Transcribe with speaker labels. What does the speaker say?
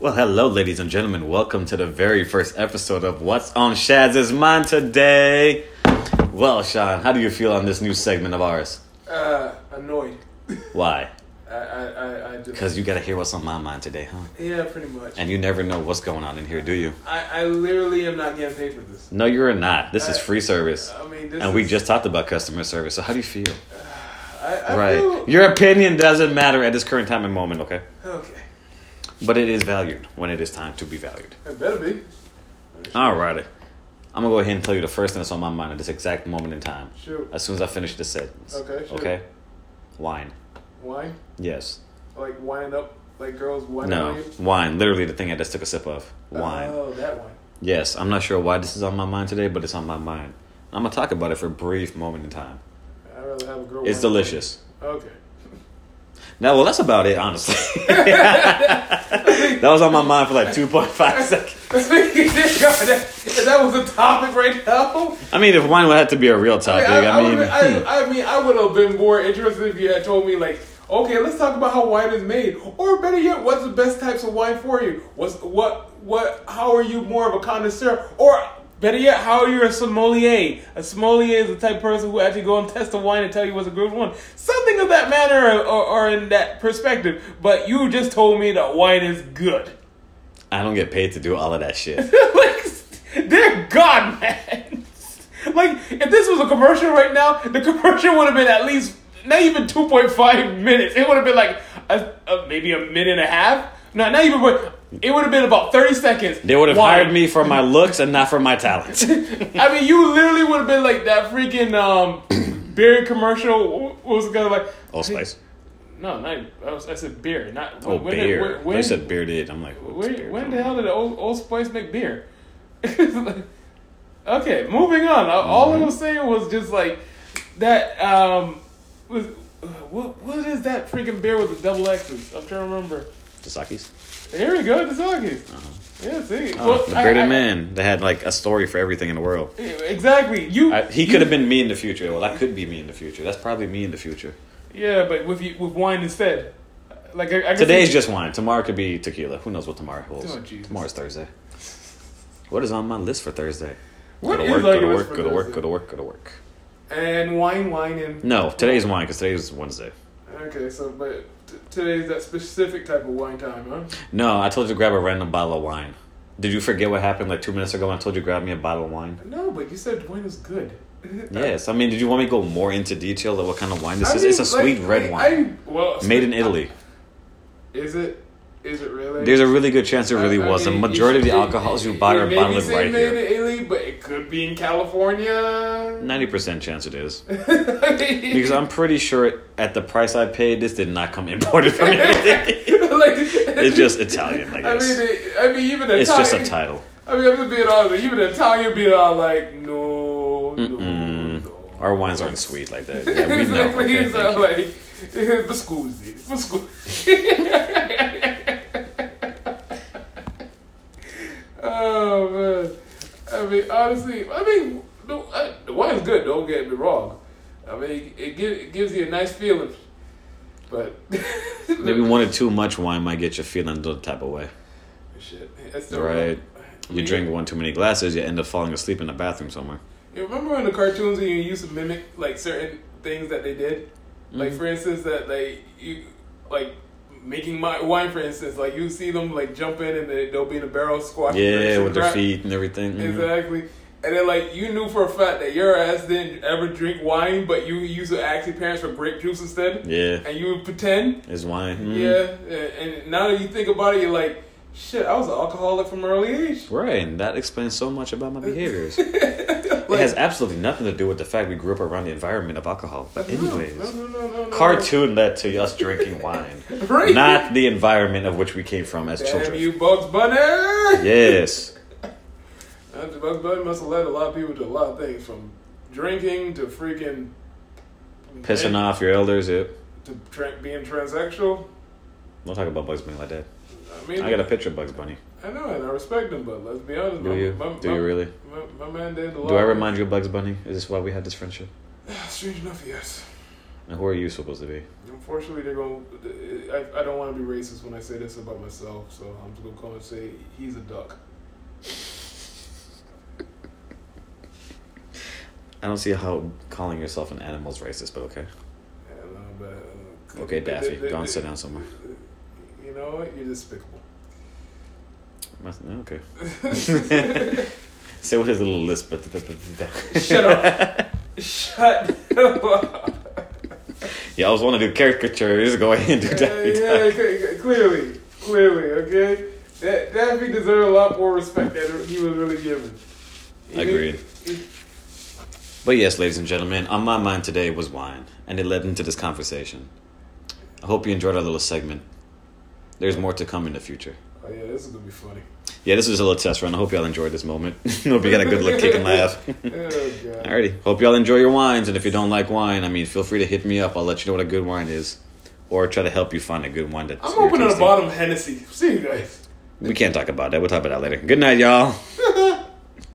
Speaker 1: Well, hello, ladies and gentlemen. Welcome to the very first episode of What's on Shaz's Mind today. Well, Sean, how do you feel on this new segment of ours?
Speaker 2: Uh, annoyed.
Speaker 1: Why?
Speaker 2: I, I, I, I just.
Speaker 1: Because you gotta hear what's on my mind today, huh?
Speaker 2: Yeah, pretty much.
Speaker 1: And you never know what's going on in here, do you?
Speaker 2: I, I literally am not getting paid for this.
Speaker 1: No, you're not. This is
Speaker 2: I-
Speaker 1: free service.
Speaker 2: I mean, this
Speaker 1: And we
Speaker 2: is-
Speaker 1: just talked about customer service, so how do you feel?
Speaker 2: I, I
Speaker 1: Right.
Speaker 2: Feel,
Speaker 1: Your opinion doesn't matter at this current time and moment, okay?
Speaker 2: okay.
Speaker 1: But it is valued when it is time to be valued.
Speaker 2: It better be.
Speaker 1: Alrighty. I'm gonna go ahead and tell you the first thing that's on my mind at this exact moment in time.
Speaker 2: Shoot.
Speaker 1: As soon as I finish this sentence.
Speaker 2: Okay, sure.
Speaker 1: Okay? Wine.
Speaker 2: Wine?
Speaker 1: Yes.
Speaker 2: Like, wind up? Like, girls wine
Speaker 1: No.
Speaker 2: on you?
Speaker 1: Wine. Literally the thing I just took a sip of. Wine.
Speaker 2: Oh, that wine.
Speaker 1: Yes. I'm not sure why this is on my mind today, but it's on my mind. I'm gonna talk about it for a brief moment in time.
Speaker 2: I'd rather have a girl
Speaker 1: It's
Speaker 2: wine on me.
Speaker 1: delicious.
Speaker 2: Okay.
Speaker 1: No, well, that's about it, honestly. that was on my mind for like 2.5 seconds.
Speaker 2: that, if that was a topic right now.
Speaker 1: I mean, if wine would have to be a real
Speaker 2: I,
Speaker 1: topic,
Speaker 2: I,
Speaker 1: I, mean, hmm.
Speaker 2: would've- I, I mean, I would have been more interested if you had told me, like, okay, let's talk about how wine is made, or better yet, what's the best types of wine for you? What's what what? How are you more of a connoisseur, or better yet, how are you a sommelier? A sommelier is the type of person who actually go and test the wine and tell you what's a good one, something of that manner, or, or, or in that perspective. But you just told me that wine is good.
Speaker 1: I don't get paid to do all of that shit.
Speaker 2: like, dear God, man. Like, if this was a commercial right now, the commercial would have been at least not even two point five minutes. It would have been like a, a, maybe a minute and a half. No, not even. But it would have been about thirty seconds.
Speaker 1: They would have
Speaker 2: Why?
Speaker 1: hired me for my looks and not for my talents.
Speaker 2: I mean, you literally would have been like that freaking um beer commercial. What was it gonna like?
Speaker 1: Old Spice.
Speaker 2: No, not, even- I, was, I said beer, not
Speaker 1: Oh,
Speaker 2: when did-
Speaker 1: beer.
Speaker 2: when- when-
Speaker 1: they said bearded. I'm like, what's
Speaker 2: Where,
Speaker 1: beer
Speaker 2: when
Speaker 1: come
Speaker 2: the hell
Speaker 1: from?
Speaker 2: did Old, Old Spice make beer? okay, moving on. All- All
Speaker 1: Mm-hmm.
Speaker 2: I was saying was just like that. Um, was uh, what what is that freaking beer with the double X's? I'm trying to remember.
Speaker 1: Tasaki's?
Speaker 2: Here we go, Tazakis. Yeah, see,
Speaker 1: Oh,
Speaker 2: Well,
Speaker 1: Uh-huh. the
Speaker 2: I-
Speaker 1: bearded
Speaker 2: I-
Speaker 1: man. They had like a story for everything in the world.
Speaker 2: Exactly. You.
Speaker 1: I, he could have been me in the future. Well, that could be me in the future. That's probably me in the future.
Speaker 2: yeah, but with you- with wine instead. Like I, I can
Speaker 1: Today's
Speaker 2: see-
Speaker 1: just wine. Tomorrow could be tequila. Who knows what tomorrow holds?
Speaker 2: Oh, Jesus.
Speaker 1: Tomorrow's Thursday. What is on my list for Thursday?
Speaker 2: What
Speaker 1: go
Speaker 2: is
Speaker 1: to work,
Speaker 2: on
Speaker 1: go to
Speaker 2: your
Speaker 1: work,
Speaker 2: list
Speaker 1: go
Speaker 2: for
Speaker 1: to work,
Speaker 2: Thursday?
Speaker 1: go to work, go to work.
Speaker 2: and wine, wine, and
Speaker 1: No, today's wine because today's Wednesday.
Speaker 2: okay. So, but t- today's that specific type of wine time, huh?
Speaker 1: No, I told you to grab a random bottle of wine. Did you forget what happened like two minutes ago when I told you to grab me a bottle of wine?
Speaker 2: No, but you said wine is good.
Speaker 1: Yes, I mean, did you want me to go more into detail of what kind of wine this
Speaker 2: I
Speaker 1: is?
Speaker 2: mean,
Speaker 1: it's a
Speaker 2: like,
Speaker 1: sweet red
Speaker 2: I-
Speaker 1: wine
Speaker 2: I- well,
Speaker 1: made in Italy.
Speaker 2: Is it? Is it really?
Speaker 1: There's a really good chance it
Speaker 2: I-
Speaker 1: really
Speaker 2: I
Speaker 1: was. The
Speaker 2: mean,
Speaker 1: majority of the
Speaker 2: should-
Speaker 1: alcohols you buy are
Speaker 2: maybe
Speaker 1: bottled
Speaker 2: say
Speaker 1: right
Speaker 2: made
Speaker 1: here.
Speaker 2: in Italy, but it could be in California.
Speaker 1: Ninety percent chance it is
Speaker 2: I mean,
Speaker 1: because I'm pretty sure at the price I paid, this did not come imported from Italy.
Speaker 2: like,
Speaker 1: it's just Italian, I
Speaker 2: I mean,
Speaker 1: guess.
Speaker 2: it, I mean, even
Speaker 1: it's just
Speaker 2: Italian.
Speaker 1: a title.
Speaker 2: I mean, I'm just being honest. Even Italian being all like, no, no,
Speaker 1: Mm-mm.
Speaker 2: no.
Speaker 1: Our wines aren't sweet like that. Yeah, we know.
Speaker 2: Exactly.
Speaker 1: Okay,
Speaker 2: so,
Speaker 1: thank you.
Speaker 2: like, the school's it. The school. oh man. I mean, honestly, I mean, the, I, the wine's good. Don't get me wrong. I mean, it, gi- it gives you a nice feeling, but
Speaker 1: Maybe one or too much wine might get you feeling the type of way.
Speaker 2: shit. That's the
Speaker 1: Right? You
Speaker 2: Yeah.
Speaker 1: drink one too many glasses, you end up falling asleep in the bathroom somewhere.
Speaker 2: You remember in the cartoons when you used to mimic like certain things that they did? Like
Speaker 1: Mm-hmm.
Speaker 2: for instance that like you like making my wine for instance, like you see them like jump in and they, they'll be in a barrel squat.
Speaker 1: Yeah, with their feet and everything. Mhm.
Speaker 2: Exactly. And then like you knew for a fact that your ass didn't ever drink wine, but you used to ask your parents for grape juice instead.
Speaker 1: Yeah,
Speaker 2: And you would pretend.
Speaker 1: it's wine. Mhm.
Speaker 2: Yeah. And and now that you think about it, you're like, shit, I was an alcoholic from an early age.
Speaker 1: Right, and that explains so much about my behaviors. it has absolutely nothing to do with the fact we grew up around the environment of alcohol. But anyways,
Speaker 2: No, no, no, no, no.
Speaker 1: cartoon led to us drinking wine,
Speaker 2: Right.
Speaker 1: not the environment of which we came from as
Speaker 2: Damn
Speaker 1: children.
Speaker 2: you, Bugs Bunny!
Speaker 1: Yes,
Speaker 2: Uh, Bugs Bunny must have led a lot of people to a lot of things, from drinking to freaking
Speaker 1: pissing off your elders. Yep.
Speaker 2: to tra- being transsexual.
Speaker 1: Don't talk about Bugs Bunny like that.
Speaker 2: I mean,
Speaker 1: I got a picture of Bugs Bunny.
Speaker 2: I know, and I respect him, but let's be honest.
Speaker 1: Do
Speaker 2: my,
Speaker 1: you?
Speaker 2: My,
Speaker 1: Do
Speaker 2: my,
Speaker 1: you really?
Speaker 2: My, my man did a lot.
Speaker 1: Do I remind you of Bugs Bunny? Is this why we had this friendship?
Speaker 2: Strange enough, yes.
Speaker 1: And who are you supposed to be?
Speaker 2: Unfortunately, they're going. to I, I don't want to be racist when I say this about myself, so I'm just gonna call and say he's a duck.
Speaker 1: I don't see how calling yourself an animal is racist, but okay.
Speaker 2: And, uh, but, uh,
Speaker 1: Okay,
Speaker 2: they-
Speaker 1: Daffy,
Speaker 2: they- they-
Speaker 1: don't sit
Speaker 2: they-
Speaker 1: down somewhere.
Speaker 2: You know what? You're despicable.
Speaker 1: Must- Okay. Say what his little lisp. But
Speaker 2: Shut up. Shut up.
Speaker 1: yeah, I always want to do caricatures. Go ahead and do
Speaker 2: yeah,
Speaker 1: Daffy
Speaker 2: yeah,
Speaker 1: Duck.
Speaker 2: okay, clearly, clearly, okay. That Daffy deserved a lot more respect than he was really given. He-
Speaker 1: Agreed.
Speaker 2: he-
Speaker 1: But yes, ladies and gentlemen, on my mind today was wine, and it led into this conversation. I hope you enjoyed our little segment. There's more to come in the future.
Speaker 2: Oh yeah, this is gonna be funny.
Speaker 1: Yeah, this was a little test run. I hope y'all enjoyed this moment. hope you got a good look, kick, and laugh.
Speaker 2: Oh god.
Speaker 1: Alrighty. Hope y'all enjoy your wines, and if you don't like wine, I mean, feel free to hit me up. I'll let you know what a good wine is, or try to help you find a good wine that's.
Speaker 2: I'm
Speaker 1: your
Speaker 2: opening the
Speaker 1: tasting.
Speaker 2: bottom Hennessy. See you guys.
Speaker 1: We can't talk about that. We'll talk about that later. Good night, y'all.